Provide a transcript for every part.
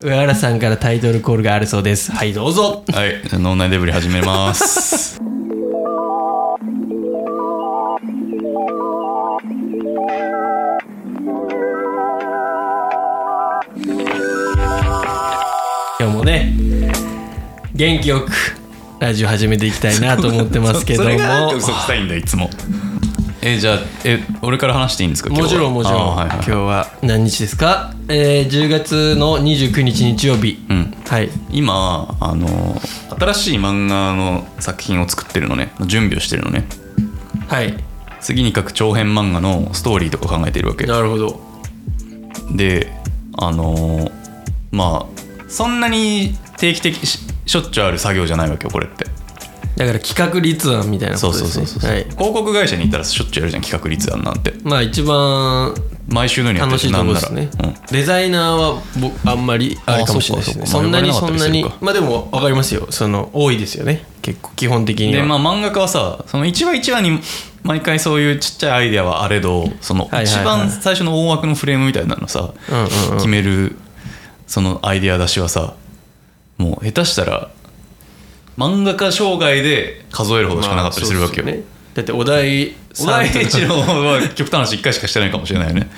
上原さんからタイトルコールがあるそうです。はい、どうぞ。はい、脳内デブリ始めます。 今日もね、元気よくラジオ始めていきたいなと思ってますけどもそ。れが なんか嘘くさいんだ、いつも。 え、じゃあ、え、俺から話していいんですかもちろんもちろん、今日今日はは何日ですか、えー、10月の29日日曜日、あはいはいうんはい今、あの、新しい漫画の作品を作ってるのね。準備をしてるのね。はい次に書く長編漫画のストーリーとか考えてるわけ。なるほどであのーまあそんなに定期的ししょっちゅうある作業じゃないわけよこれってだから企画立案みたいなこそうとそうですそねうそう、はい広告会社に行ったらしょっちゅうやるじゃん企画立案なんてまあ一番毎週のようにやって楽るしいとこなんでならすね、うんデザイナーは僕あんまりあれかもしれないですねあそそうかそうんなにまあそんな呼ばれなにかったりするかまあでも分かりますよその多いですよね結構基本的にでは、まあ漫画家はさその1話1話に毎回そういうちっちゃいアイデアはあれどそのはいはいはい一番最初の大枠のフレームみたいなのさ、うんうんうん決めるそのアイデア出しはさもう下手したら漫画家生涯で数えるほどしかなかったりするわけよ、まあそうですねだってお題小田栄一郎は極端な話1回しかしてないかもしれないよね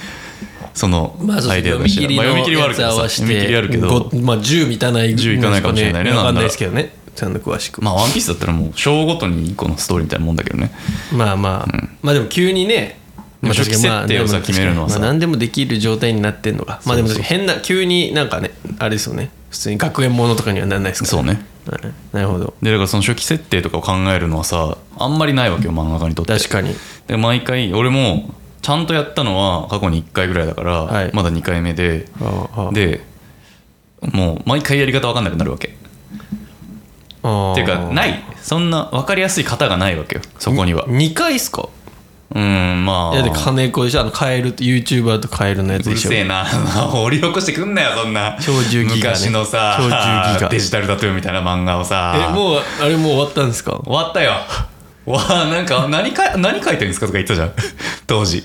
そのまあ、そうアイデア読とみし切てりまのあ読み切りはあやるけつ合どさわせ読み切てりあるけどごまあ、10満たない10いかないかもしれないねわかんなんなないらですけどねちゃんと詳しく、まあワンピースだったらもう章ごとに1個のストーリーみたいなもんだけどねまあまあ、まあでも急にね、まあ初期設定をさまあ決めるのはさまあ何でもできる状態になってんのが、まあでもそうそう変な、急になんかね、あれですよね、普通に学園ものとかにはならないですから、そうねはいなるほど、でだからその初期設定とかを考えるのはさあんまりないわけよ漫画家にとって確かに。で毎回俺もちゃんとやったのは過去に1回ぐらいだから、はいまだ2回目でああああでもう毎回やり方わかんなくなるわけああっていうかないそんな分かりやすい型がないわけよそこには2回っすかうんまあいやで金子でしょあのカエルと YouTuber とカエルのやつうでるしょせえ な掘り起こしてくんなよそんな超10ギガね昔のさ超10ギガデジタルタトゥーみたいな漫画をさえもうあれもう終わったんですか終わったよわあなんか何か何書いてるんですかとか言ってたじゃん 当時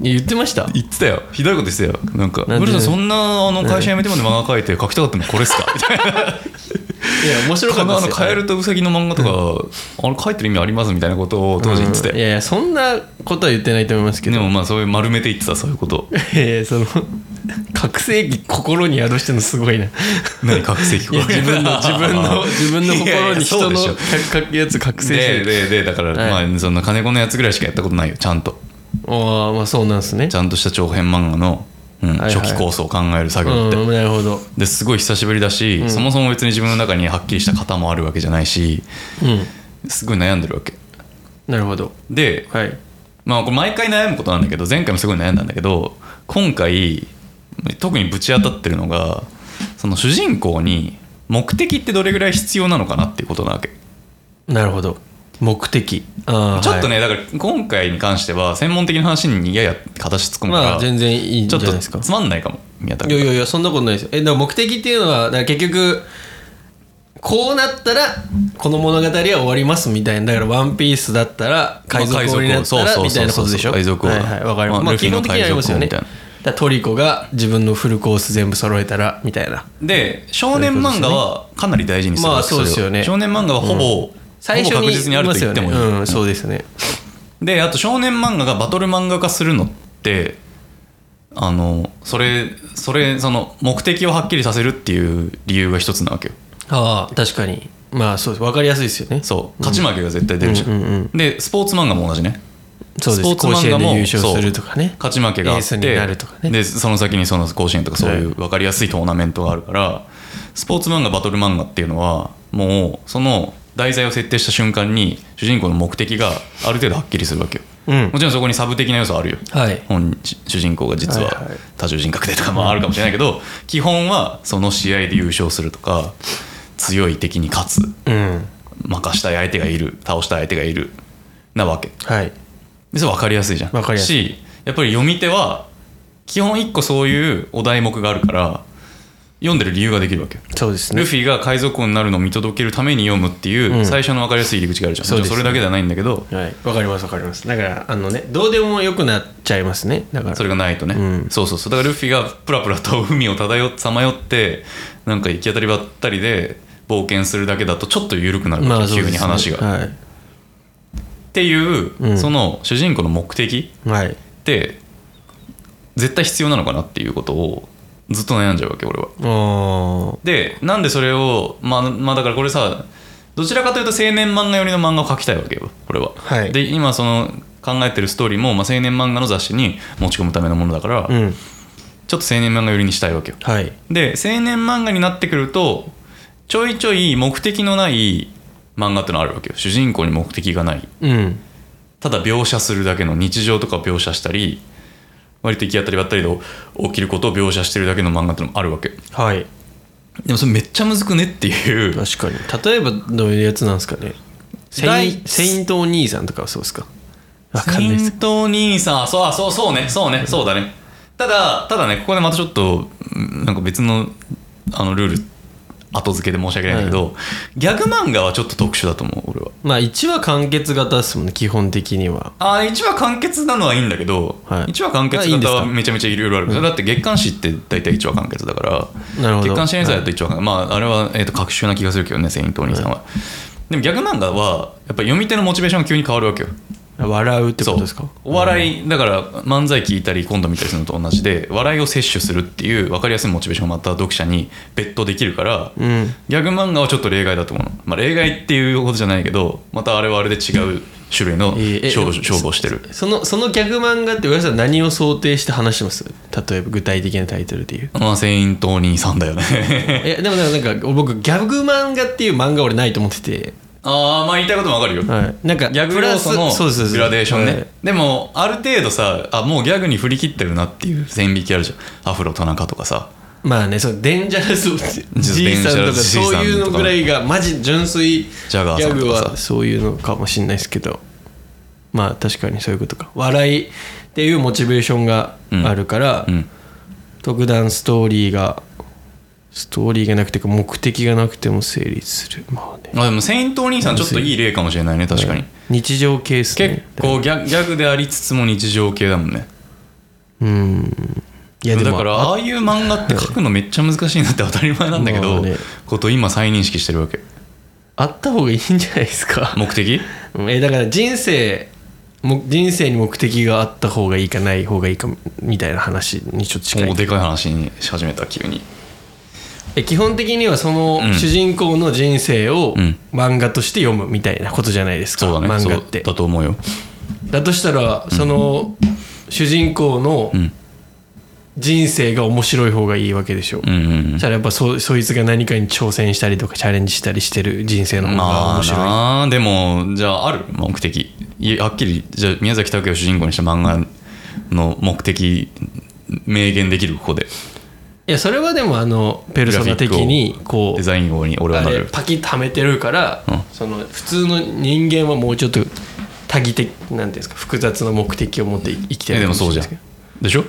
言ってました言ってたよひどいこと言ってたよなんか「なんでブルさんそんなあの会社辞めてまで漫画書いて書きたかったのこれっすか?」みたいない や面白かこったでのあすのよカエルとウサギの漫画とか、あれ書いてる意味ありますみたいなことを当時言ってたよ、うんいやいやそんなことは言ってないと思いますけでどもまあそういう丸めて言ってたそういうこと いやいやその覚醒器心に宿してるのすごいな何覚醒器いや自分の自分 の自分のいやい心やにそ人うでのしょかかやつ覚醒してでるででだから、はいまあそんな金子のやつぐらいしかやったことないよちゃんとああまあそうなんですねちゃんとした長編漫画の、うんはいはい初期構想を考える作う業って、んなるほどですごい久しぶりだし、そもそも別に自分の中にはっきりした型もあるわけじゃないしうんすごい悩んでるわけなるほどではいまあこれ毎回悩むことなんだけど前回もすごい悩んだんだけど今回特にぶち当たってるのがその主人公に目的ってどれぐらい必要なのかなっていうことなわけなるほど目的ああちょっとねね、だから今回に関しては専門的な話にやや形突っ込むから、まあ全然いいんじちょゃっないとですかつまんないかも宮田い君やいやいやそんなことないですよえだから目的っていうのはだから結局こうなったらこの物語は終わりますみたいなだから「ワンピースだったら海賊王になったまあ海賊ら王みたいなことでしょそはうそうそうそう海い賊王はいわかりますまあまあルフ基ィの本的にありますよね海だ賊王みかたらいトリコが自分のフルコース全部揃えたらみたいなで少年漫画はかなり大事にするまあそうですよねそれを少年漫画はほぼ、最初ほぼに確実にあると言ってもいい、言いますよねうんそうですねであと少年漫画がバトル漫画化するのってあのそれそれその目的をはっきりさせるっていう理由が一つなわけよああ確かにまあそうですわかりやすいですよねそう勝ち負けが絶対出るじゃん,、うんうんうんでスポーツ漫画も同じねそうですスポーツ漫画甲子園でも優勝するとかね勝ち負けがあっエてースになるとかねでその先にその甲子園とかそういはう分かりやすいトーナメントがあるからスポーツ漫画バトル漫画っていうのはもうその題材を設定した瞬間に主人公の目的がある程度はっきりするわけよ、うんもちろんそこにサブ的な要素はあるよはい本主人公が実はいははい多重人格でとかもあるかもしれないけど基本はその試合で優勝するとか強い敵に勝つうん負かしたい相手がいる倒したい相手がいるなわけはいでそれ分かりやすいじゃん分かりやすしやっぱり読み手は基本一個そういうお題目があるから読んでる理由ができるわけよそうですルねフィが海賊王になるのを見届けるために読むっていううん最初の分かりやすい入り口があるじゃん、そうもでちすろんそれだけではないんだけどはいわかりますわかりますだからあのねどうでもよくなっちゃいますねだからそれがないとね、うんそうそうそうだからルフィがプラプラと海を漂ってさまよってなんか行き当たりばったりで冒険するだけだとちょっと緩くなるわけ、まあそうで急すねに話が、っはいていう、うんその主人公の目的はいって絶対必要なのかなっていうことをずっと悩んじゃうわけ俺はおでなんでそれをまあ、まあ、だからこれさどちらかというと青年漫画寄りの漫画を描きたいわけよこれは、はいで今その考えてるストーリーも、まあ、青年漫画の雑誌に持ち込むためのものだから、ーうんちょっと青年漫画寄りにしたいわけよはいで青年漫画になってくるとちょいちょい目的のない漫画ってのあるわけよ主人公に目的がないうんただ描写するだけの日常とかを描写したり割と行き当たりばったりで起きることを描写してるだけの漫画ってのもあるわけはいでもそれめっちゃむずくねっていう確かに例えばどういうやつなんですかねセイン第セイントお兄さんとかはそうですかわかんないです戦闘兄さんそうあそうそうねそうねそうだねただただねここでまたちょっとうんなんか別のあのルール後付けで申し訳ないんだけど、ギャグ漫画はちょっと特殊だと思う俺はまあ1話完結型ですもんね基本的にはあー一話完結なのはいいんだけど、はい一話完結あいいんで型すかはめちゃめちゃいろいろある、だって月刊誌って大体一話完結だからなるほど月刊誌連載だと一話完結、まああれは、えー、と隔週な気がするけどねセイントお兄さんは、でもギャグ漫画はやっぱ読み手のモチベーションが急に変わるわけよ笑うってことですそうかお笑いだから漫才聞いたり今度見たりするのと同じで笑いを摂取するっていう分かりやすいモチベーションがまた読者に別途できるから、うんギャグ漫画はちょっと例外だと思うの、まあ、例外っていうことじゃないけどまたあれはあれで違う種類のえーえ勝負勝負をしてるそのそのギャグ漫画って上田さん何を想定して話してます例えば具体的なタイトルでいうまあ、セイントお兄さんだよ ねえでもなんかなんか僕ギャグ漫画っていう漫画俺ないと思ってて、ああまあ言いたいこともわかるよ、はい、なんかギャグプラ要ス素のそうですそうですグラデーションねはいでもある程度さあもうギャグに振り切ってるなっていう線引きあるじゃんアフロ田中とかさまあねそうデンジャラスデ G ンジさんャラとかス G そういうのぐらいがマジ純粋ギャガーさャんとかさグはそういうのかもしれないですけどまあ確かにそういうことか笑いっていうモチベーションがあるから、うん特段ストーリーがストーリーがなくてか目的がなくても成立するまあねあでもセイントお兄さんちょっといい例かもしれないね確かに日常ケース、結ね、構ギャギャグでありつつも日常系だもんねうんいやでもだからああいう漫画って書くのめっちゃ難しいなって当たり前なんだけまどあねことを今再認識してるわけあった方がいいんじゃないですか 目的うんえだから人生も人生に目的があった方がいいかない方がいいかみたいな話にちょっと近もういでかい話にし始めた急にえ基本的にはそのうん主人公の人生をうん漫画として読むみたいなことじゃないですか、そうだね漫そ画っうてだだと思うよとしたらその主人公のうん人生が面白い方がいいわけでしょ、うんうんうんそしたらやっぱそそいつが何かに挑戦したりとかチャレンジしたりしてる人生の方がま面あ白い、なあでもじゃあある目的いやはっきりじゃあ宮崎拓也を主人公にした漫画の目的明言できるここでいやそれはでもあのペルソナ的にこうデザイン王に俺はあなれるパキッとはめてるから、うんその普通の人間はもうちょっと多義的なんていうんですか複雑な目的を持って生きてえるでもそうじゃんでしょ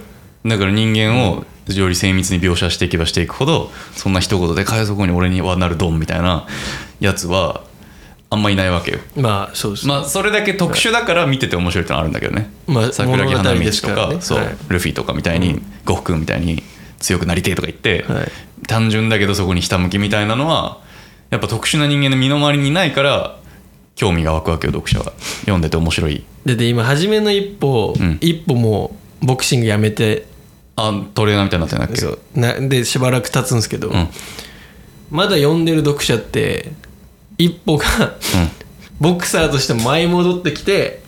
だから人間をより精密に描写していけばしていくほどそんな一言で「海賊王に俺にはなるドン」みたいなやつはあんまいないわけよんまあそうです、まあそれだけ特殊だから見てて面白いってのはあるんだけどね、まあ桜木花物語道ですとからかねそう、はいルフィとかみたいに呉服、みたいに強くなりてえとか言って、はい単純だけどそこにひたむきみたいなのはやっぱ特殊な人間の身の回りにいないから興味が湧くわけよ読者は読んでて面白いだって今初めの一歩、うん一歩もうボクシングやめてあトレーナーみたいになってんだっけそうなでしばらく経つんですけど、うんうんまだ読んでる読者って一歩がボクサーとして舞い戻ってきて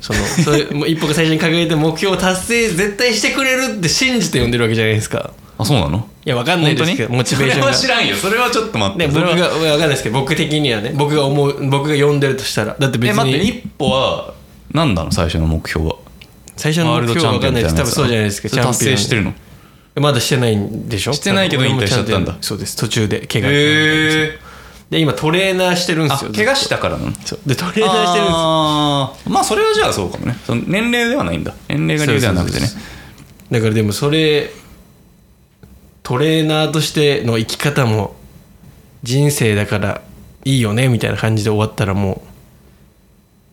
そのそれもう 一歩が最初に掲げて目標を達成絶対してくれるって信じて読んでるわけじゃないですかあそうなのいやわかんないですけどモチベーションそれがは知らんよそれはちょっと待ってね、そ僕れはが分かんないですけど僕的にはね僕が思う僕が読んでるとしたらだって別え待ってに一歩は何なの最初の目標は最初のワール目ド標チャはン分ピオかんンみないたでいす多分そうなやつじゃないですかそれ達成してるのるまだしてないんでしょしてないけど多分引退しちゃったんだ俺もそうです途中で怪我へえで今トレーナーしてるんであすよ怪我したからなのそうでトレーナーしてるんですよあーまあそれはじゃあそうかもねその年齢ではないんだ年齢が理由ではなくてねだからでもそれトレーナーとしての生き方も人生だからいいよねみたいな感じで終わったらも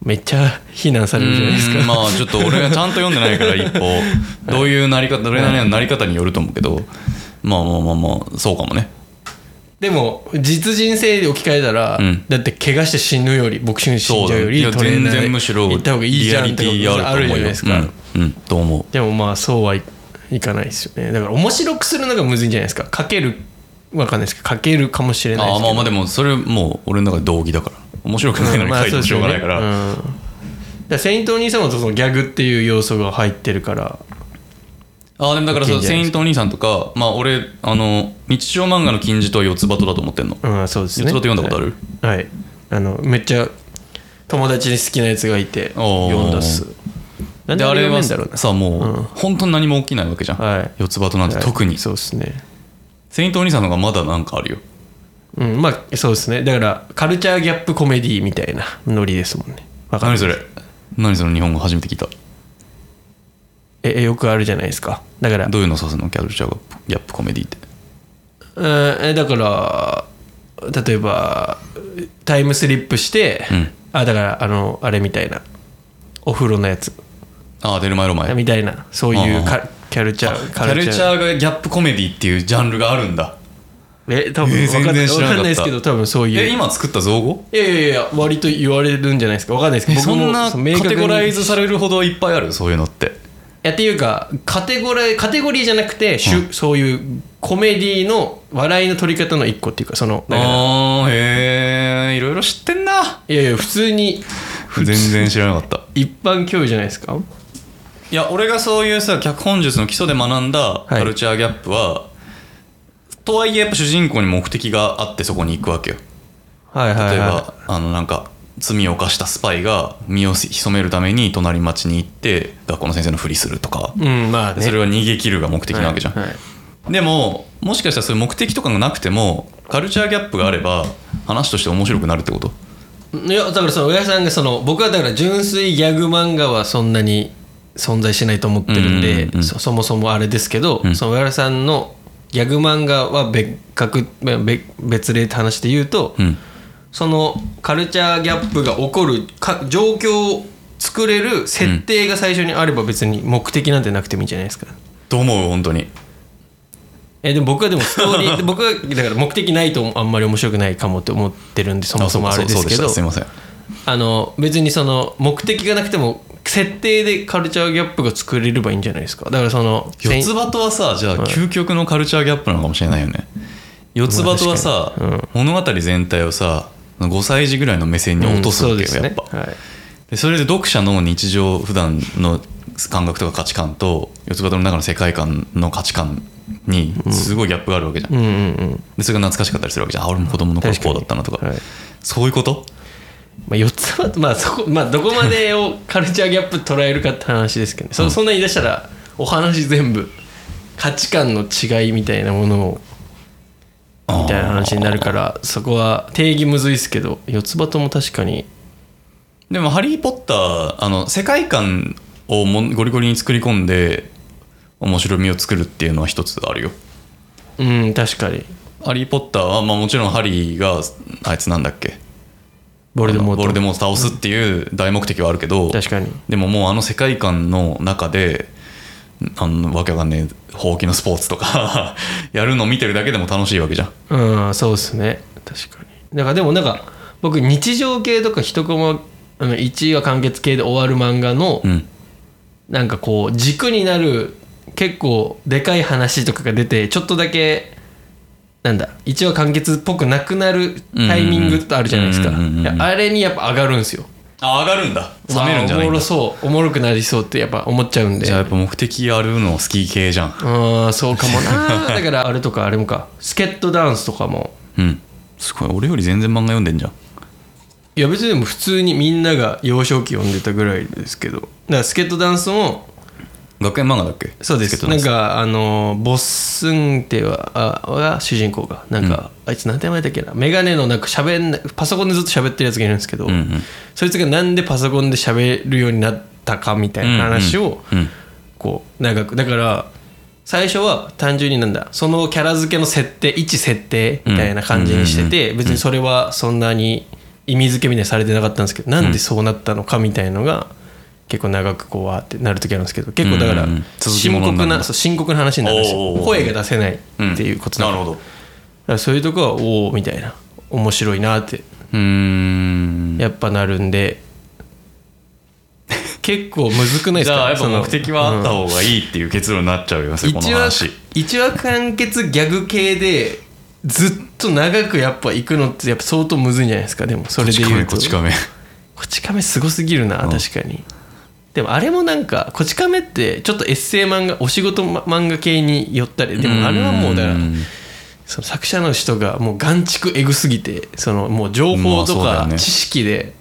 うめっちゃ非難されるじゃないですうーんか。まあちょっと俺がちゃんと読んでないから一 歩どういうなり方どれなりのなり方によると思うけどまあまあまあまあそうかもねでも実人生で置き換えたら、うんだって怪我して死ぬよりボクシング死んじゃうよりそうだトねレいーやナ全ーで然むしろ行った方がいいじゃんってこリアリティとあるじゃないですか。うん、うん、と思うでもまあそうはいいかないですよねだから面白くするのがむずいんじゃないですかかけるわかんないですけどかけるかもしれないであすあけまどあまあでもそれもう俺の中で同義だから面白くないの に書いてもしょうがないから、うんだからセイントお兄様とそのギャグっていう要素が入ってるからああでもだからいそいんうじゃセないイでントお兄さんとかまあ俺あの日常漫画の金字とは四つ葉とだと思ってんの、うんそうです四ねつ葉と読んだことある、はい、はいあのめっちゃ友達に好きなやつがいておー読んだっすなんででああれれはんはだろうなさもう、うん本当に何も起きないわけじゃん、はい四つ葉となんてはい特に、そうですねセイントお兄さんの方がまだなんかあるようんまあそうですねだからカルチャーギャップコメディみたいなノリですもんねわかんな何いそれ何その日本語初めて聞いたええよくあるじゃないですかだからどういうの指すのキャルチャーギャップコメディってうんえだから例えばタイムスリップして、うんあだからあのあれみたいなお風呂のやつああ出る前の前みたいなそういうあカキャルチャーキャルチーャーがギャップコメディっていうジャンルがあるんだえ多分えー分かん全ない然知らなわかかったんないですけど多分そういうえ今作った造語いやいやいや割と言われるんじゃないですかわかんないですけどそんなそカう明確テにゴライズされるほどいっぱいあるそういうのっていやっていうかカテゴライカテゴリーじゃなくて、しゅそういうコメディの笑いの取り方の一個っていうかそのだからああへえいろいろ知って んないやいや普通に全然知らなかった一般教育じゃないですかいや俺がそういうさ脚本術の基礎で学んだいカルチャーギャップは、とはいえやっぱ主人公に目的があってそこに行くわけよはいはい、は例い、えば、あのなんか罪を犯したスパイが身を潜めるために隣町に行って学校の先生のふりするとか、うんまあねそれは逃げ切るが目的なわけじゃん、はいはいでももしかしたらそういう目的とかがなくてもカルチャーギャップがあれば話として面白くなるってこといやだからその親さんがその僕はだから純粋ギャグ漫画はそんなに存在しないと思ってるんで、うんうんうんそそもそもあれですけど、うんその親さんのギャグ漫画は別格べべ別例って話で言うと、うんそのカルチャーギャップが起こるか状況を作れる設定が最初にあれば別に目的なんてなくてもいいんじゃないですか。と思う本当にえでも僕はでもストーリー僕はだから目的ないとあんまり面白くないかもって思ってるんでそもそもあれですけそうどかそうそうでしたすいませんあの別にその目的がなくても設定でカルチャーギャップが作れればいいんじゃないですかだからその四つ葉とはさじゃあ究極のカルチャーギャップなのかもしれないよね四つ葉とはさ、まあ確物語全体をさ5歳児ぐらいの目線に落とすわけよ、やっぱそうですね、でそれで読者の日常普段の感覚とか価値観と四つ葉の中の世界観の価値観にすごいギャップがあるわけじゃん、はい、うんうんうんでそれが懐かしかったりするわけじゃんあ俺も子供の頃確かにこうだったなとかはいそういうことまあ、4つ葉まあそこ まあどこまでをカルチャーギャップ捉えるかって話ですけどね、そそんな言い出したらお話全部価値観の違いみたいなものをみたいな話になるからそこは定義むずいですけど四つ葉とも確かにでも「ハリー・ポッター」あの世界観をもんゴリゴリに作り込んで面白みを作るっていうのは一つあるようん確かにハリー・ポッターは、まあ、もちろんハリーがあいつなんだっけボルデモートボルデモートを倒すっていう大目的はあるけど確かにでももうあの世界観の中であのわけわかんねえほうきのスポーツとか やるのを見てるだけでも楽しいわけじゃんうんそうですね確かにだからでもなんか僕日常系とか一コマあの1話完結系で終わる漫画のうんなんかこう軸になる結構でかい話とかが出てちょっとだけなんだ1話完結っぽくなくなるタイミングってあるじゃないですかうんうんうんうんうんいやあれにやっぱ上がるんですよあ上がるんだ冷めるんじゃわあおもないんろだそうおもろくなりそうってやっぱ思っちゃうんでじゃあやっぱ目的あるの好き系じゃんうんそうかもなだからあれとかあれもかスケットダンスとかもうんすごい俺より全然漫画読んでんじゃんいや別にでも普通にみんなが幼少期読んでたぐらいですけどだからスケートダンスも学園漫画だっけそうですスケートなダンんスかあのボッスンってはあは主人公がなんか、あいつ何て名前だっけな眼鏡のなんか喋んなパソコンでずっと喋ってるやつがいるんですけど、うんうんそいつがなんでパソコンで喋るようになったかみたいな話を、うんうんうんこう長くだから最初は単純になんだそのキャラ付けの設定一設定みたいな感じにしてて、別にそれはそんなに意味付けみたいにされてなかったんですけど、なんでそうなったのかみたいのが結構長くこうわーってなる時あるんですけど結構だかうらんうん続き深ものにな刻るんだなそう深刻な話になるんですおーおーよおー声が出せないっていうことだなるかほどうらそういうとこはおおみたいな面白いなってーんやっぱなるんで結構むずくないですじかゃあやっぱその目的はあった方がいいっていう結論になっちゃうよねこの一話話一話完結ギャグ系でずっと長くやっぱ行くのってやっぱ相当むずいんじゃないですかでもそれで言うとこち亀こちこち亀すごすぎるな、うん確かにでもあれもなんかこち亀ってちょっとエッセイ漫画お仕事ま漫画系に寄ったり亀でもあれはもうだからんその作者の人がもう眼畜エグすぎてそのもう情報とまあそうだよかね知識で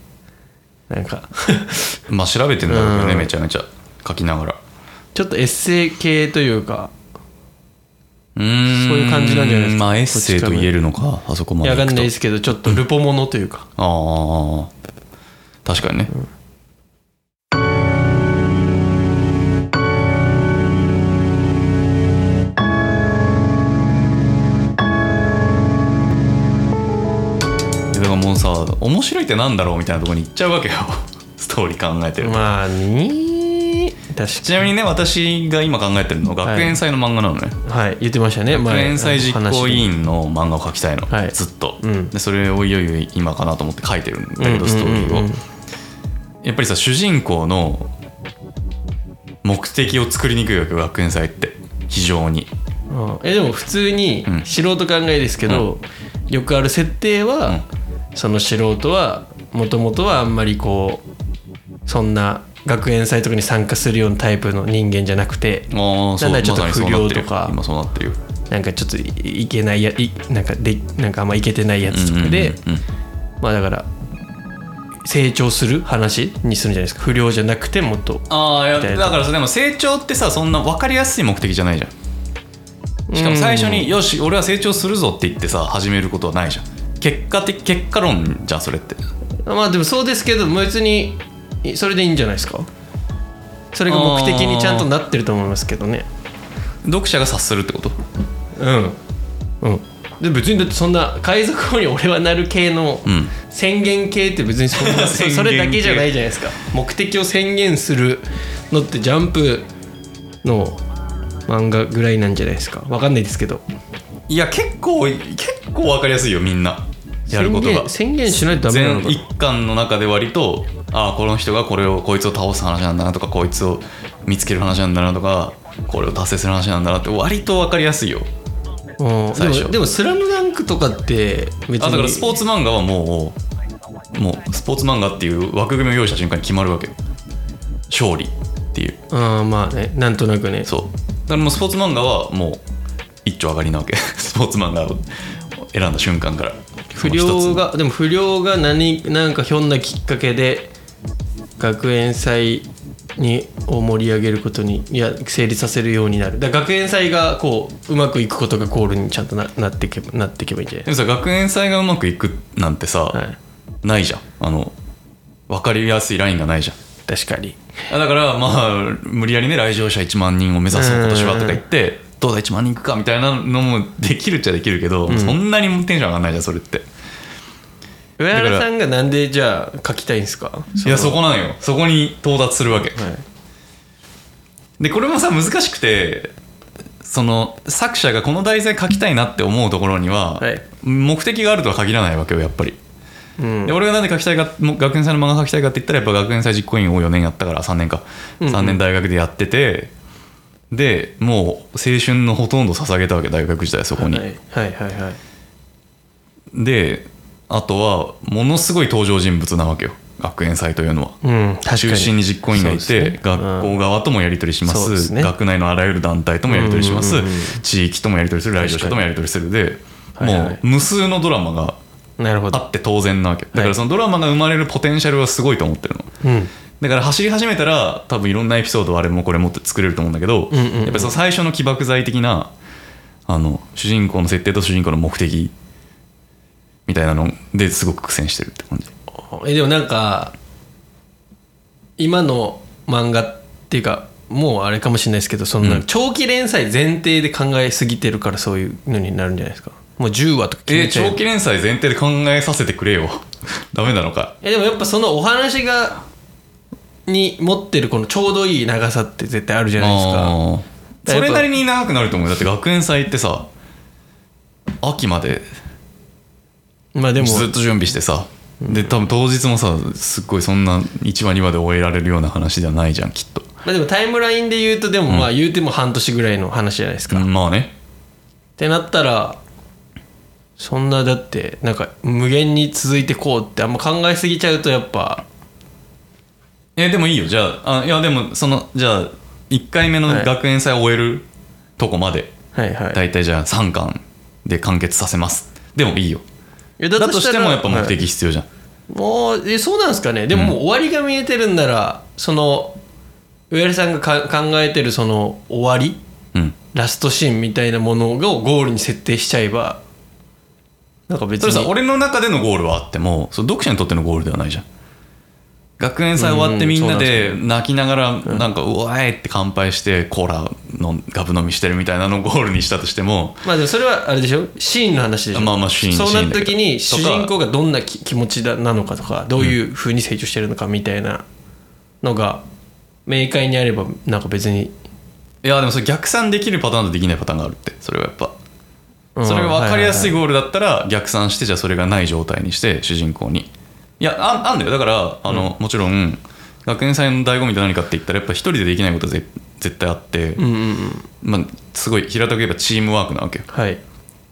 なんか まあ調べてんだろうけどねうんめちゃめちゃ書きながらちょっとエッセイ系というかうーんそういう感じなんじゃないですかまあエッセイと言えるのかあそこいまでやわ行かくんとないですけどちょっとルポものというかああ確かにね、でだからもうさ面白いってなんだろうみたいなところに行っちゃうわけよストーリー考えてると、まあに確ちなみにね私が今考えてるのは学園祭の漫画なのね、かはい言ってましたね学前園祭実行委話で員の漫画を描きたいの、はいずっと、うんでそれをいよいよ今かなと思って書いてるんだけどストーリーうんを、うんうんうんやっぱりさ主人公の目的を作りにくいわけよ学園祭って非常にうんえでも普通にうん素人考えですけど、よくある設定は、その素人はもともとはあんまりこうそんな学園祭とかに参加するようなタイプの人間じゃなくてああそうなんだちょっとまさにそうなてる不良とか今そうなってるよなんかちょっといいけないやいなんかでなんかあんまいけてないやつとかで、うんうんまあだから成長する話にするんじゃないですか不良じゃなくてもっとああいやみたいなだからさでも成長ってさそんな分かりやすい目的じゃないじゃんしかも最初に「よし俺は成長するぞ」って言ってさ始めることはないじゃん結果的結果論じゃんそれってまあでもそうですけど別にそれでいいんじゃないですかそれが目的にちゃんとなってると思いますけどね読者が察するってことうんうんで別にだってそんな海賊王に俺はなる系のうん宣言系って別にそん な宣言系それだけじゃないじゃないですか目的を宣言するのってジャンプの漫画ぐらいなんじゃないですかわかんないですけどいや結構結構分かりやすいよみんなやることが宣言宣言しないとダメなの全かな一巻の中で割とああこの人がこれをこいつを倒す話なんだなとかこいつを見つける話なんだなとかこれを達成する話なんだなって割と分かりやすいようん最初でもでも「スラムダンクとかって別にあだからスポーツ漫画はもうもうスポーツ漫画っていう枠組みを用意した瞬間に決まるわけよ勝利っていうああまあねなんとなくねそうだからもうスポーツ漫画はもう一丁上がりなわけ スポーツ漫画を選んだ瞬間から不良がでも不良が何なんかひょんなきっかけで学園祭にを盛り上げることにいや成立させるようになるだから学園祭がこううまくいくことがゴールにちゃんとななってけばなってけばいいんじゃないでもさ学園祭がうまくいくなんてさ、はいないじゃんあの分かりやすいラインがないじゃん確かにあだからまあ無理やりね来場者1万人を目指そう今年はとか言ってどうだ1万人いくかみたいなのもできるっちゃできるけど、そんなにテンション上がんないじゃんそれって上ら原さんがなんでじゃあ書きたいんですかいやそそこなんよそこに到達するわけ、のはいでこれもさ難しくてその作者がこの題材書きたいなって思うところには、はい目的があるとは限らないわけよやっぱりうんで俺がなんで書きたいかもう学園祭の漫画書きたいかって言ったらやっぱ学園祭実行委員を4年やったから3年かうんうん3年大学でやってて、でもう青春のほとんど捧げたわけ大学時代そこに、はいはいはいはいであとはものすごい登場人物なわけよ学園祭というのはうん確かに中心に実行委員がいそうて、ですね学校側ともやり取りしま,、そうですすね学内のあらゆる団体ともやり取りします、うんうんうんうん地域ともやり取りする来場者ともやり取りするで、はいはいもう無数のドラマがうんなるほあどって当然なわけだからそのドラマが生まれるポテンシャルはすごいと思ってるのうんだから走り始めたら多分いろんなエピソードあれもこれもって作れると思うんだけど、うんうんうんやっぱりその最初の起爆剤的なあの主人公の設定と主人公の目的みたいなのですごく苦戦してるって感じえでもなんか今の漫画っていうかもうあれかもしれないですけどそんうなん長期連載前提で考えすぎてるからそういうのになるんじゃないですかもう10話とか決えめーちゃえ長ば期連載前提で考えさせてくれよ ダメなのかいやでもやっぱそのお話がに持ってるこのちょうどいい長さって絶対あるじゃないですかあーそれなりに長くなると思うよだって学園祭ってさ秋までまあでもずっと準備してさで多分当日もさすっごいそんな1話2話で終えられるような話じゃないじゃんきっとまあでもタイムラインで言うとでもまあ言うても半年ぐらいの話じゃないですか、っまあねてなったらそんなだってなんか無限に続いてこうってあんま考えすぎちゃうとやっぱえでもいいよじゃああいやでもそのじゃあ1回目のはい学園祭を終えるとこまで、はいはい大体じゃあ3巻で完結させますでもいいよいやだとししたてらもやっぱ目はい的必要じゃん、もうえそうなんですかねでももう終わりが見えてるんなら、その上原さんがか考えてるその終わりうんラストシーンみたいなものをゴールに設定しちゃえばなんか別それにさ俺の中でのゴールはあってもその読者にとってのゴールではないじゃん学園祭終わっうてんみんなでそう泣きながらなんか「うわーい!」って乾杯してコーラのガブ飲みしてるみたいなのをゴールにしたとしてもまあでもそれはあれでしょシーンの話でしょまあまあシーンそうなった時にシ主ーンだけど人公がどんなき気持ちだなのかとかどういうふうに成長してるのかみたいなのが明快にあればなんか別に、いやでもそれ逆算できるパターンとできないパターンがあるってそれはやっぱうんそれが分かりやすいはゴールだったら逆算してじゃあそれがない状態にして主人公にいやああんだよだからあの、もちろん学園祭の醍醐味って何かって言ったらやっぱ一人でできないことはぜ絶対あって、いはいはいうんうんうんまあ、すごい平たく言えばチームワークなわけよはい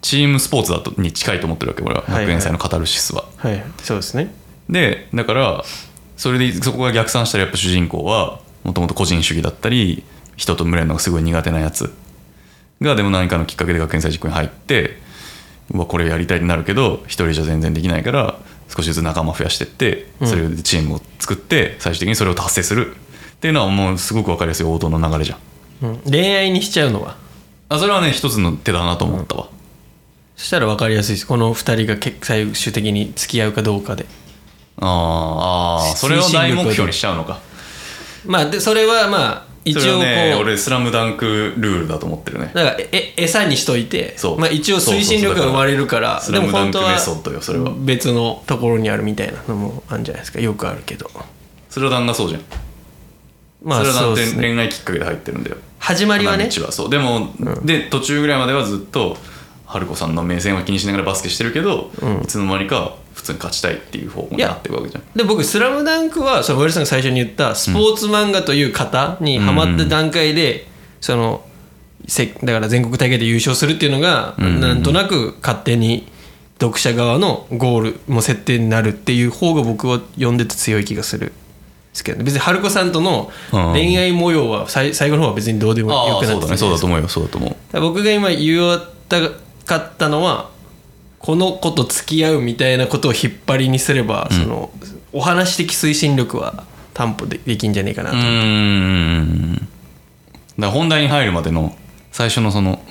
チームスポーツだとに近いと思ってるわけ俺ははいはい学園祭のカタルシスは、はいそうですねでだからそれでそこが逆算したらやっぱ主人公はもともと個人主義だったり人と群れるのがすごい苦手なやつがでも何かのきっかけで学園祭実行に入ってうわこれやりたいになるけど一人じゃ全然できないから少しずつ仲間増やしてってうんそれでチームを作って最終的にそれを達成するっていうのはもうすごく分かりやすい王道の流れじゃんうん恋愛にしちゃうのはあそれはね一つの手だなと思ったわ、そしたら分かりやすいですこの2人が結最終的に付き合うかどうかであーあーそれを大目標にしちゃうのかまあでそれはまあ一それ応こはう、ね俺スラムダンクルールだと思ってるねなんかえ餌にしといてそうまあ、一応推進力が生まれるからそうそうそうだからでもスラムダンクメソッドよそれは別のところにあるみたいなのもあるんじゃないですかよくあるけどスラダンがそうじゃん、まあスラダそンうっでてすね恋愛きっかけで入ってるんだよ始まりはね花道はそうでも、で途中ぐらいまではずっと春子さんの目線は気にしながらバスケしてるけど、いつの間にか普通に勝ちたいっていう方向になっていくわけじゃんで僕「スラムダンクはその上田さんが最初に言ったスポーツ漫画という型にハマった段階で、そのせだから全国大会で優勝するっていうのが、なんとなく勝手に読者側のゴールも設定になるっていう方が僕は読んでて強い気がするですけど、ね、別に春子さんとの恋愛模様はさい最後の方は別にどうでもよああくなそってうだたねじゃそうないでだすかと思うよそうだと思うだから僕が今言おったかったのはこの子と付き合うみたいなことを引っ張りにすれば、そのお話的推進力は担保でできんじゃねえかなと、うーんだから本題に入るまでの最初のその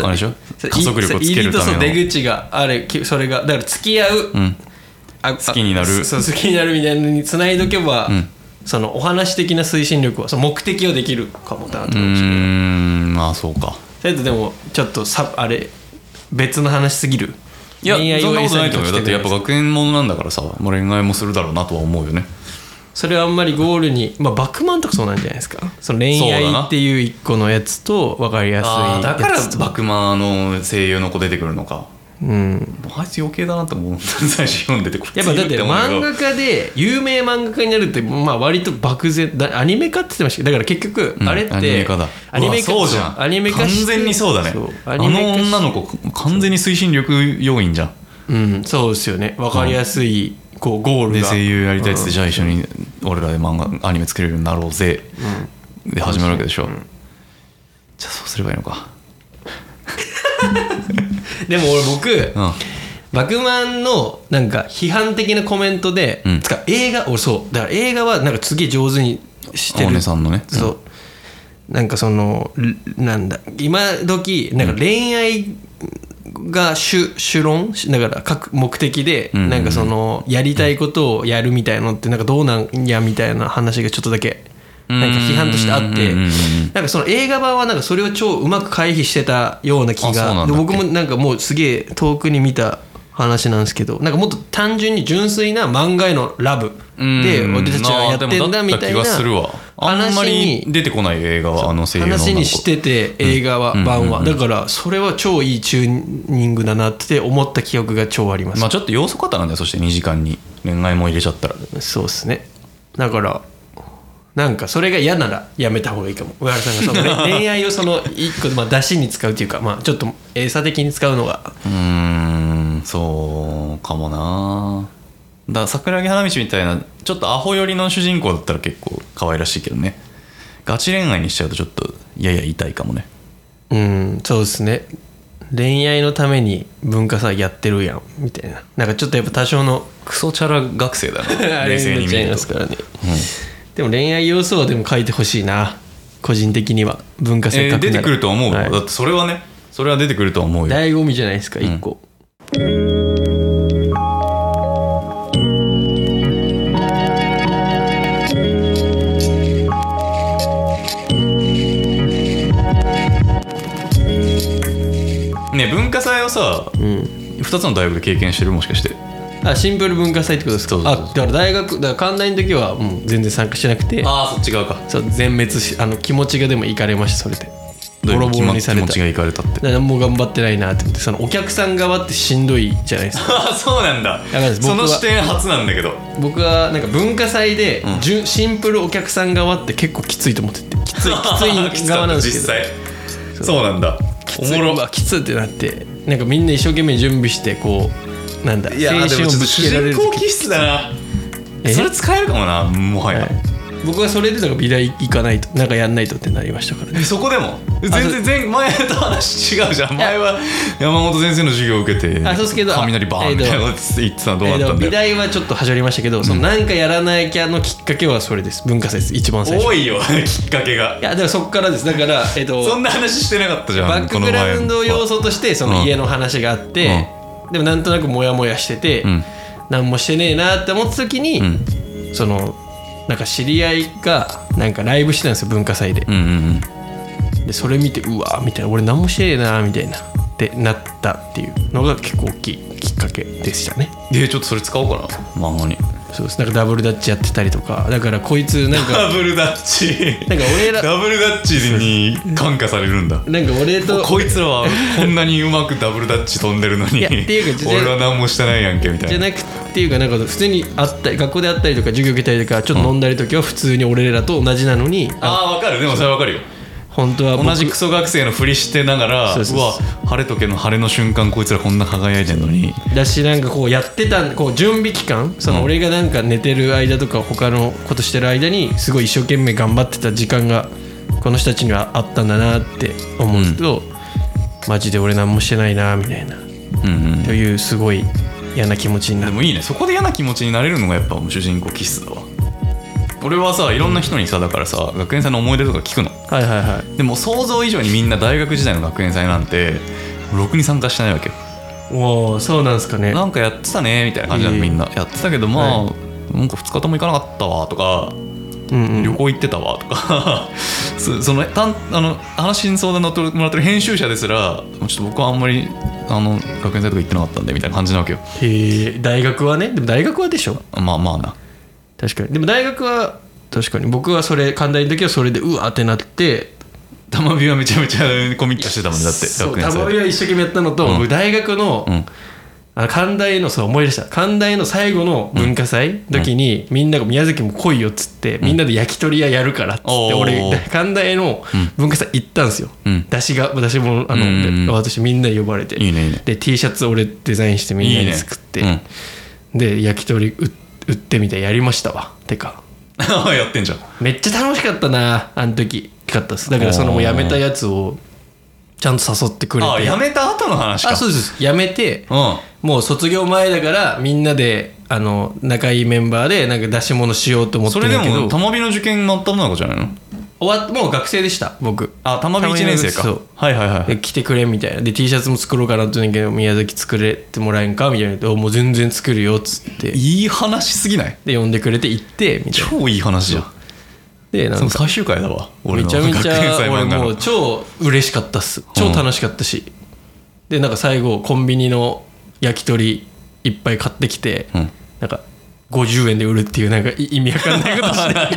あれでしょそう加速力をつけるたそう入めのりとそう出口があれきそれがだから付き合う、んあ好きになあるそうそう好きになるみたいなのに繋いどけば、んそのお話的な推進力はその目的をできるかもだなとうー思うしんまあそうかそれとでもちょっとさあれ別の話すぎるいやそんなことないと思うよだってやっぱぱ学園ものなんだからさ、まあ、恋愛もするだろうなとは思うよねそれはあんまりゴールにまあバックマンとかそうなんじゃないですかそのそう恋だな愛っていう一個のやつと分かりやすいあやあつだからとバクマの声優の子出てくるのかうんあいつ余計だなと思う最初読んでてこいつやっぱだって思うけど漫画家で有名漫画家になるってまあ割と漠然だアニメ化って言ってましたけどだから結局うんあれって、アニメ化だアニメ化うわそうじゃんアニメ化完して全にそうだねそうアあニのメ化し女の子完全に推進力要員じゃんうんそうですよね分かりやすいこうゴールでが声優やりたいっつってじゃあ一緒に俺らで漫画アニメ作れるようになろうぜで始まるわけでしょじゃあそうすればいいのかでも俺僕、うんバクマンのなんか批判的なコメントで、うんつか映画俺そうだから映画はなんかすげえ上手にして大る根さんのねそう、なんかそのルなんだ今時なんか恋愛が主主論しだから各目的でうんうんうんなんかそのやりたいことをやるみたいのってなんかどうなんやみたいな話がちょっとだけなんか批判としてあってうんうんうんうんなんかその映画版はなんかそれを超うまく回避してたような気あそうなんだがっでけ僕もなんかもうすげえ遠くに見た話なんですけどなんかもっと単純に純粋な漫画へのラブでうん俺たちがやってでんもだみったい気ながするわあんま話りに出てこない映画はあの声優の話女のに子してて映画はうん版はうんうんだうんからそれは超いいチューニングだなって思った記憶が超ありますまあちょっと要素方なんだよそして2時間に恋愛も入れちゃったらそうですねだからなんかそれが嫌ならやめた方がいいかも上原さんがその ね恋愛をその一個まあ出汁に使うというかまあちょっと餌的に使うのがうーんそうかもなだから桜木花道みたいなちょっとアホ寄りの主人公だったら結構可愛らしいけどねガチ恋愛にしちゃうとちょっとやや痛いかもねうんそうですね恋愛のために文化祭やってるやんみたいななんかちょっとやっぱ多少のクソチャラ学生だな あ 冷れ静になっに見ちゃいるまとすからね、でも恋愛要素はでも書いてほしいな個人的には文化祭えー書くなら出てくると思う、はいだってそれはねそれは出てくると思うよ醍醐味じゃないですか一個、ね文化祭をさ、二2つの大学で経験してるもしかしてあシンプル文化祭ってことですかそうそうそうあだから大学だから関大の時はもう全然参加してなくてああそっち側かそう全滅しあの気持ちがでもいかれましたそれでボどういうロボロに気され持たちがいかれたってだから何も頑張ってないなって思ってそのお客さん側ってしんどいじゃないですかああ そうなんだやばいです僕そはの視点初なんだけど僕はなんか文化祭で、んじゅシンプルお客さん側って結構きついと思っててきつい きつい側なんですけど実際そうなんだおもろうわきつってなってなんかみんな一生懸命準備してこうなんだいや青で春もをちぶょっとつ主けられ人る公時気質だなえそれ使えるかもなもはや、はい僕はそれでなんか美大行かないとなんかやんないとってなりましたからねえそこでも全然前前と話違うじゃん前は山本先生の授業を受けてあそうっすけど雷バーンみたいなこと言ってたのどうだったん美だよ大はちょっとはしょりましたけど、そのなんかやらなきゃのきっかけはそれです文化祭です一番最初多いよきっかけがいやでもそこからですだから、えっと、そんな話してなかったじゃんバックグラウンド要素としてその家の話があって、でもなんとなくモヤモヤしてて、ん何もしてねえなって思った時に、そのなんか知り合いがなんかライブしてたんですよ文化祭でう、んうんでそれ見てうわーみたいな俺何もしてねえなーみたいなってなったっていうのが結構大きいきっかけでしたねうんでちょっとそれ使おうかな漫画にそうですなんかダブルダッチやってたりとかだからこいつなん かダブルダッチなんか俺らダブルダッチに感化されるんだなんか俺とこいつらはこんなにうまくダブルダッチ飛んでるのにいやっていうか俺は何もしてないやんけみたじゃいななくっていうかなんか普通にあったり学校であったりとか授業受けたりとかちょっと飲んだりときは普通に俺らと同じなのにあああ分かるでもそれは分かるよ本当は僕同じクソ学生のふりしてながらそううそうそうわ晴れ時計の晴れの瞬間こいつらこんな輝いてんのにだしなんかこうやってたこう準備期間その俺がなんか寝てる間とか他のことしてる間にすごい一生懸命頑張ってた時間がこの人たちにはあったんだなって思うと、マジで俺何もしてないなみたいなうんうんというすごい嫌な気持ちになでるもいいねそこで嫌な気持ちになれるのがやっぱ主人公気質だわ俺はさいろんな人にさだからさ学園祭の思い出とか聞くのはいはいはいでも想像以上にみんな大学時代の学園祭なんてろくに参加してないわけよおおそうなんですかねなんかやってたねみたいな感じなのええみんなやってたけどまあ、なんか2日とも行かなかったわとかうんうん旅行行ってたわとか そそのたんあの話に相談乗ってもらってる編集者ですらちょっと僕はあんまりあの学園祭とか行ってなかったんでみたいな感じなわけよへえ大学はねでも大学はでしょまあまあな確かにでも大学は確かに僕はそれ寛大の時はそれでうわってなって玉美はめちゃめちゃコミットしてたもんねだってそう学園玉祭美は一生懸命やったのと、うん僕大学の,、うんあの寛大のそう思い出した寛大の最後の文化祭時に、みんなが宮崎も来いよっつって、みんなで焼き鳥屋やるからっつって、おー俺寛大の文化祭行ったんですよ、うん出汁が私もあの、うんうんうんで私みんなに呼ばれていい ねいいねで T シャツ俺デザインしてみんないいにね作ってうんで焼き鳥売売ってみたいやりましたわてかやってんじゃんめっちゃ楽しかったなあの時かったですだからそのもう辞めたやつをちゃんと誘ってくれてああやめた後の話かあそうです辞めてうんもう卒業前だからみんなであの仲いいメンバーでなんか出し物しようと思ってそるれんでだけもど玉美の受験真った中じゃないの終わっもう学生でした僕あ玉美1年生かそうはいはいはいで来てくれみたいなで T シャツも作ろうかなと思うんだけど宮崎作れてもらえんかみたいなでおもう全然作るよっつっていい話すぎないで呼んでくれて行ってみたいな超いい話じゃんでなんそのか最終回だわ俺めのちゃ学め園ち祭ゃ俺漫画ものう超嬉しかったっす超楽しかったし、でなんか最後コンビニの焼き鳥いっぱい買ってきて、うんなんか50円で売るっていうなんかい意味わかんないこと して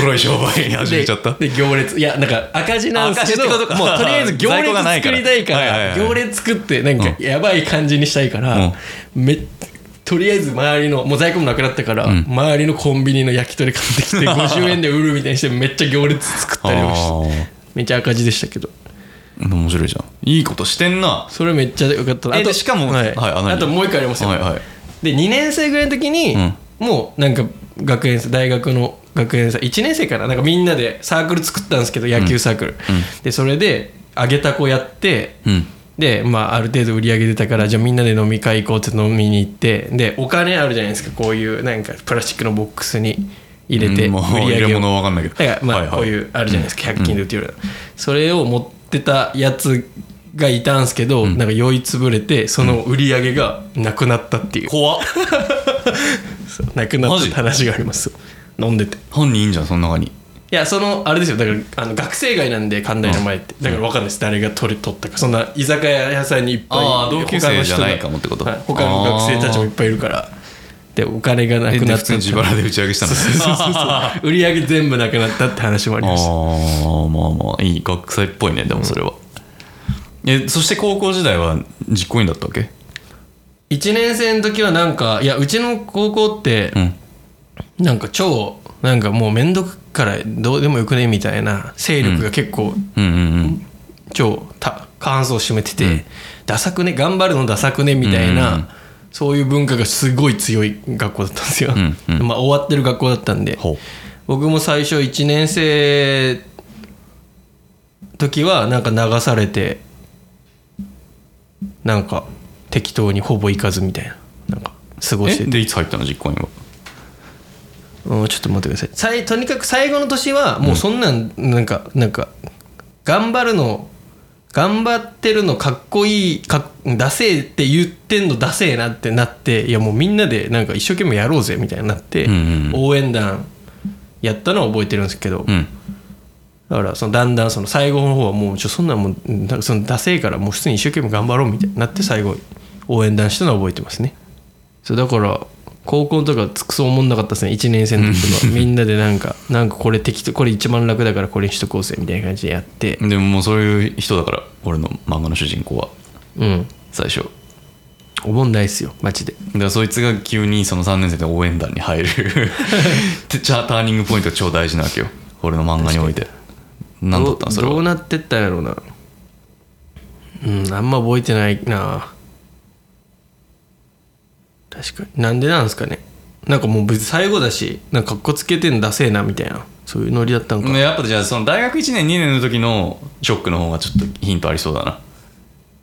ボロい商売に始めちゃったでで行列いやなんか赤字なんですけど赤字ってことかもうとりあえず行在庫列がないか作らりたいからはいはいはい行列作ってなんかうやばい感じにしたいから、めとりあえず周りのもう在庫もなくなったから、ん周りのコンビニの焼き鳥買ってきて 50円で売るみたいにしてめっちゃ行列作ったりもしてあめっちゃ赤字でしたけどー面白いじゃんいいことしてんなそれめっちゃ良かったなえあとでしかもはいはいあ何あともう一個ありますよ、はいはいで2年生ぐらいの時に、うんもうなんか学園祭大学の学園祭1年生からなんかみんなでサークル作ったんですけど野球サークル、でそれで揚げたこやって、うんで、まあ、ある程度売り上げ出たからじゃあみんなで飲み会行こうって飲みに行ってでお金あるじゃないですかこういうなんかプラスチックのボックスに入れてうんまあ売り上入げれを物は分かんないけどだからまはいあはいこういうあるじゃないですか100均で売ってるようなそれを持ってたやつがいたんすけどなんか酔いつぶれてその売り上げがなくなったっていう怖っなくなっマたジって話があります飲んでて本人いいんじゃんその中にいやそのあれですよだからあの学生街なんで寛大の前ってだから分かんないです誰が取り取ったかそんな居酒屋屋さんにいっぱいあー同級生他の人がじゃないかもってことはい他の学生たちもいっぱいいるからでお金がなえくでなっ普た通に自腹で打ち上げしたんだそうそう そう売り上げ全部なくなったって話もありましたああまあまあいい学祭っぽいねでもそれは、えそして高校時代は実行委員だったわけ1年生の時はなんかいやうちの高校ってうんなんか超なんかもう面倒くからどうでもよくねみたいな勢力が結構うんうん超た過半数を占めてて、ダサくね頑張るのダサくねみたいな、うんうんそういう文化がすごい強い学校だったんですよ、うんうんまあ、終わってる学校だったんでほう僕も最初1年生時はなんか流されてなんか適当にほぼ行かずみたいななんか過ごしえててでいつ入ったの実行委員はうんちょっと待ってくださいさいとにかく最後の年はもうそんなん、なんかなんか頑張るの頑張ってるのかっこいいかっダセーって言ってんのダセーなってなっていやもうみんなでなんか一生懸命やろうぜみたいになって、うんうんうん応援団やったのは覚えてるんですけど、うんだからそのだんだんその最後の方はもうちょそんなんもうなんかそのダセーからもう普通に一生懸命頑張ろうみたいになって最後応援団したのは覚えてますねそうだから高校とかつくそう思んなかったですね1年生の時とかみんなでなんかなんかこれ適当これ一番楽だからこれにしとこうぜみたいな感じでやってでももうそういう人だから俺の漫画の主人公はうん最初おもんないっすよマジでだからそいつが急にその3年生で応援団に 入るてチャーターニングポイントが超大事なわけよ俺の漫画において何だったのそれどうどうはなってったんやろうなうんあんま覚えてないな確かになんでなんですかねなんかもう別に最後だしなんかかっこつけてんだせえなみたいなそういうノリだったんか、ねやっぱじゃあその大学1年2年の時のショックの方がちょっとヒントありそうだ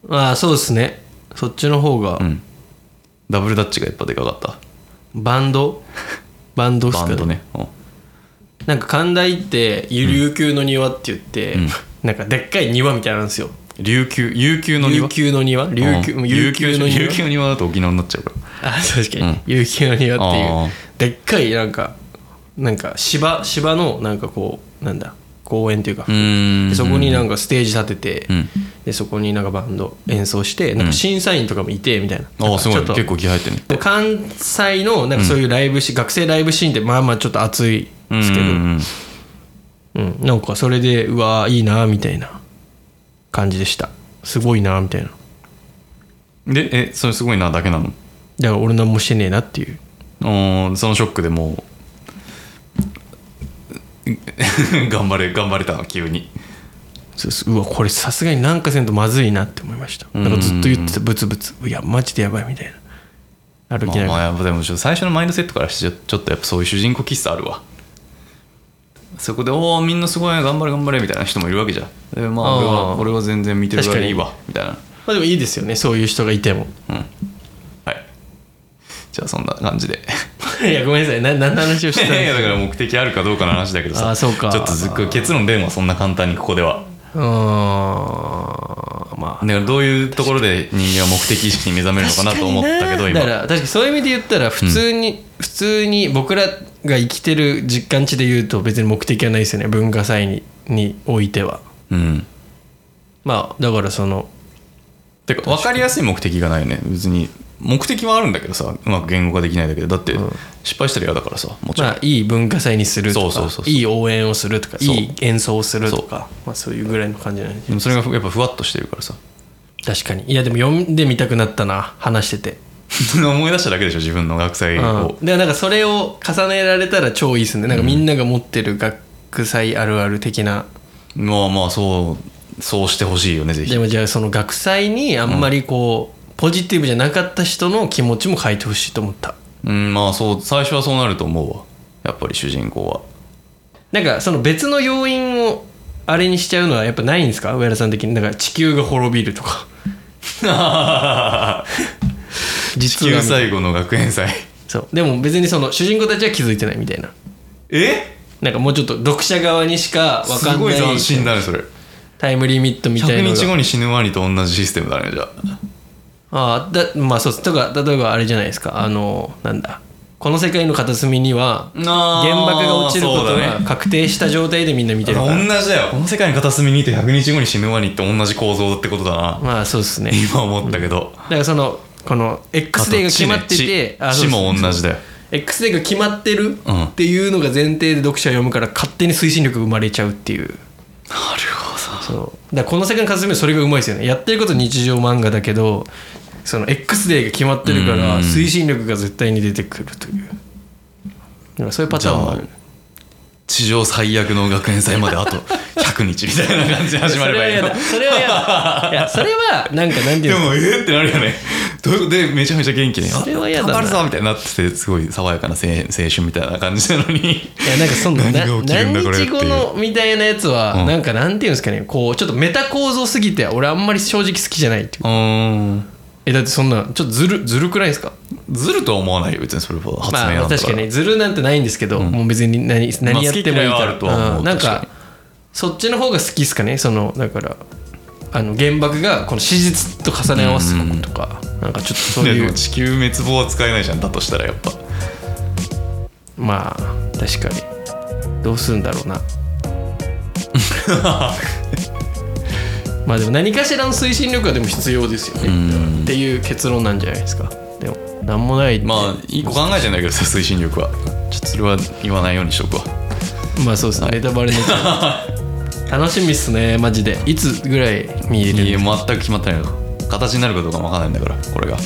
なああそうですねそっちの方が、うんダブルダッチがやっぱでかかったバン ドバンドっすバかねンドね、うんなんか寛大って琉球の庭って言って、うんなんかでっかい庭みたいなのあるんですよ琉球琉球の庭琉球の庭琉球,、うん琉球の琉庭球の庭だと沖縄になっちゃうからあ確かに、うん有機の庭ってあーいうでっかいなんかなんか芝芝のなんかこうなんだ公園というか、うーでんそこにななんかステージ立てて、うんでそこになんかバンド演奏してなんか審査員とかもいてみたいな,、ああすごいちょっと結構気合入ってるねで関西のなんかそういうライブシーン、学生ライブシーンってまあまあちょっと熱いですけど、うんうんうんうん、なんかそれでうわーいいなーみたいな感じでしたすごいなーみたいなでえそれすごいなだけなのだから俺何もしてねえなっていううんそのショックでもう 頑張れ頑張れたの急にそうそううわこれさすがになんかせんとまずいなって思いましたなんかずっと言ってたブツブツいやマジでやばいみたいな歩まきなあがまあらやっぱでもちょっと最初のマインドセットからしてちょっとやっぱそういう主人公気質あるわそこでおおみんなすごいね頑張れ頑張れみたいな人もいるわけじゃんでまあ俺あはー俺は全然見てるからいいわ確みたいなまあでもいいですよねそういう人がいても はいじゃあそんな感じでいやごめんなさいな何の話をしてたん いやいでやすだかから目的あるかどうかの話だけどさあーそうかちょっとずっく結論出るのはそんな簡単にここではうーんまあかだからどういうところで人間は目的意識に目覚めるのかなと思ったけ確どかにな今だから確かにそういう意味で言ったら普通に、普通に僕らが生きてる実感値で言うと別に目的はないですよね文化祭ににおいてはうんまあだからそのてか分かりやすい目的がないよね別に目的はあるんだけどさうまく言語化できないだけでだって失敗したら嫌だからさもちろん、まあいい文化祭にするとかそうそうそうそういい応援をするとかいそうい演奏をするとかまあ、そういうぐらいの感じなんででもそれがやっぱふわっとしてるからさ 確かにいやでも読んでみたくなったな話してて、思い出しただけでしょ自分の学祭うんを、でなんかそれを重ねられたら超いいですねなんかみんなが持ってる学祭あるある的な、まあまあそうそうしてほしいよねぜひでもじゃあその学祭にあんまりこう、ポジティブじゃなかった人の気持ちも書いてほしいと思ったうんまあそう最初はそうなると思うわやっぱり主人公はなんかその別の要因をあれにしちゃうのはやっぱないんですか上原さん的になんか地球が滅びるとか 地実は球最後の学園祭そうでも別にその主人公たちは気づいてないみたいなえなんかもうちょっと読者側にしか分かすんごないい斬新だねそれタイムリミットみたい100なの日が後に死ぬワニと同じシステムだねじゃあああだまあそうですとか例えばあれじゃないですかあのなんだこの世界の片隅にはあー原爆が落ちることそうだがね確定した状態でみんな見てるから、同じだよこの世界の片隅にいて100日後に死ぬワニって同じ構造ってことだなまあそうですね今思ったけどだからそのこの X デーが決まっててあとそ地うね地そ地うも同じだよ X デーが決まってるうんっていうのが前提で読者は読むから勝手に推進力が生まれちゃうっていうなるほどそうだからこの世界の片隅はそれがうまいですよねやってることは日常漫画だけどその X デーが決まってるからうん推進力が絶対に出てくるというだからそういうパターンもあるじ地上最悪の学園祭まであと100日みたいな感じで始まればいいいやそれは嫌だそれは嫌だいやそれはなんかなんていでうのもえーってなるよねどういうことでめちゃめちゃ元気でそれは嫌だなあ頑張るぞみたいになっててすごい爽やかな青青春みたいな感じなのにいやなんかそのな何が起きるんだこれ何日後のみたいなやつはうんなんかなんていうんですかねこうちょっとメタ構造すぎて俺あんまり正直好きじゃないっていううーんえだってそんなちょっとずるずるくないですかずるとは思わないよ別にそれは発明なんだからまあ、確かにずるなんてないんですけど、もう別に何何やってもいいまあ好き嫌いはかあら、るとは思ううんなん確かかそっちの方が好きですかねそのだからあの原爆がこの史実と重ね合わすこととか、なんかちょっとそういやいでうも地球滅亡は使えないじゃんだとしたらやっぱまあ確かにどうするんだ ろうなまあでも何かしらの推進力はでも必要ですよねっていう結論なんじゃないですかでも何もないってまあ一個考えてんだけどさ推進力はちょっとそれは言わないようにしとくわまあそうですね、ネタバレになっちゃ う楽しみっすねマジでいつぐらい見えるんいでやす全く決まってないの形になるかどうかもわかんないんだからこれがか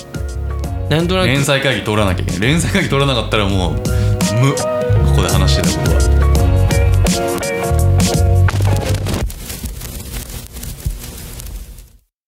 なんとなく連載会議通らなきゃいけない連載会議通らなかったらもう無ここで話してたことは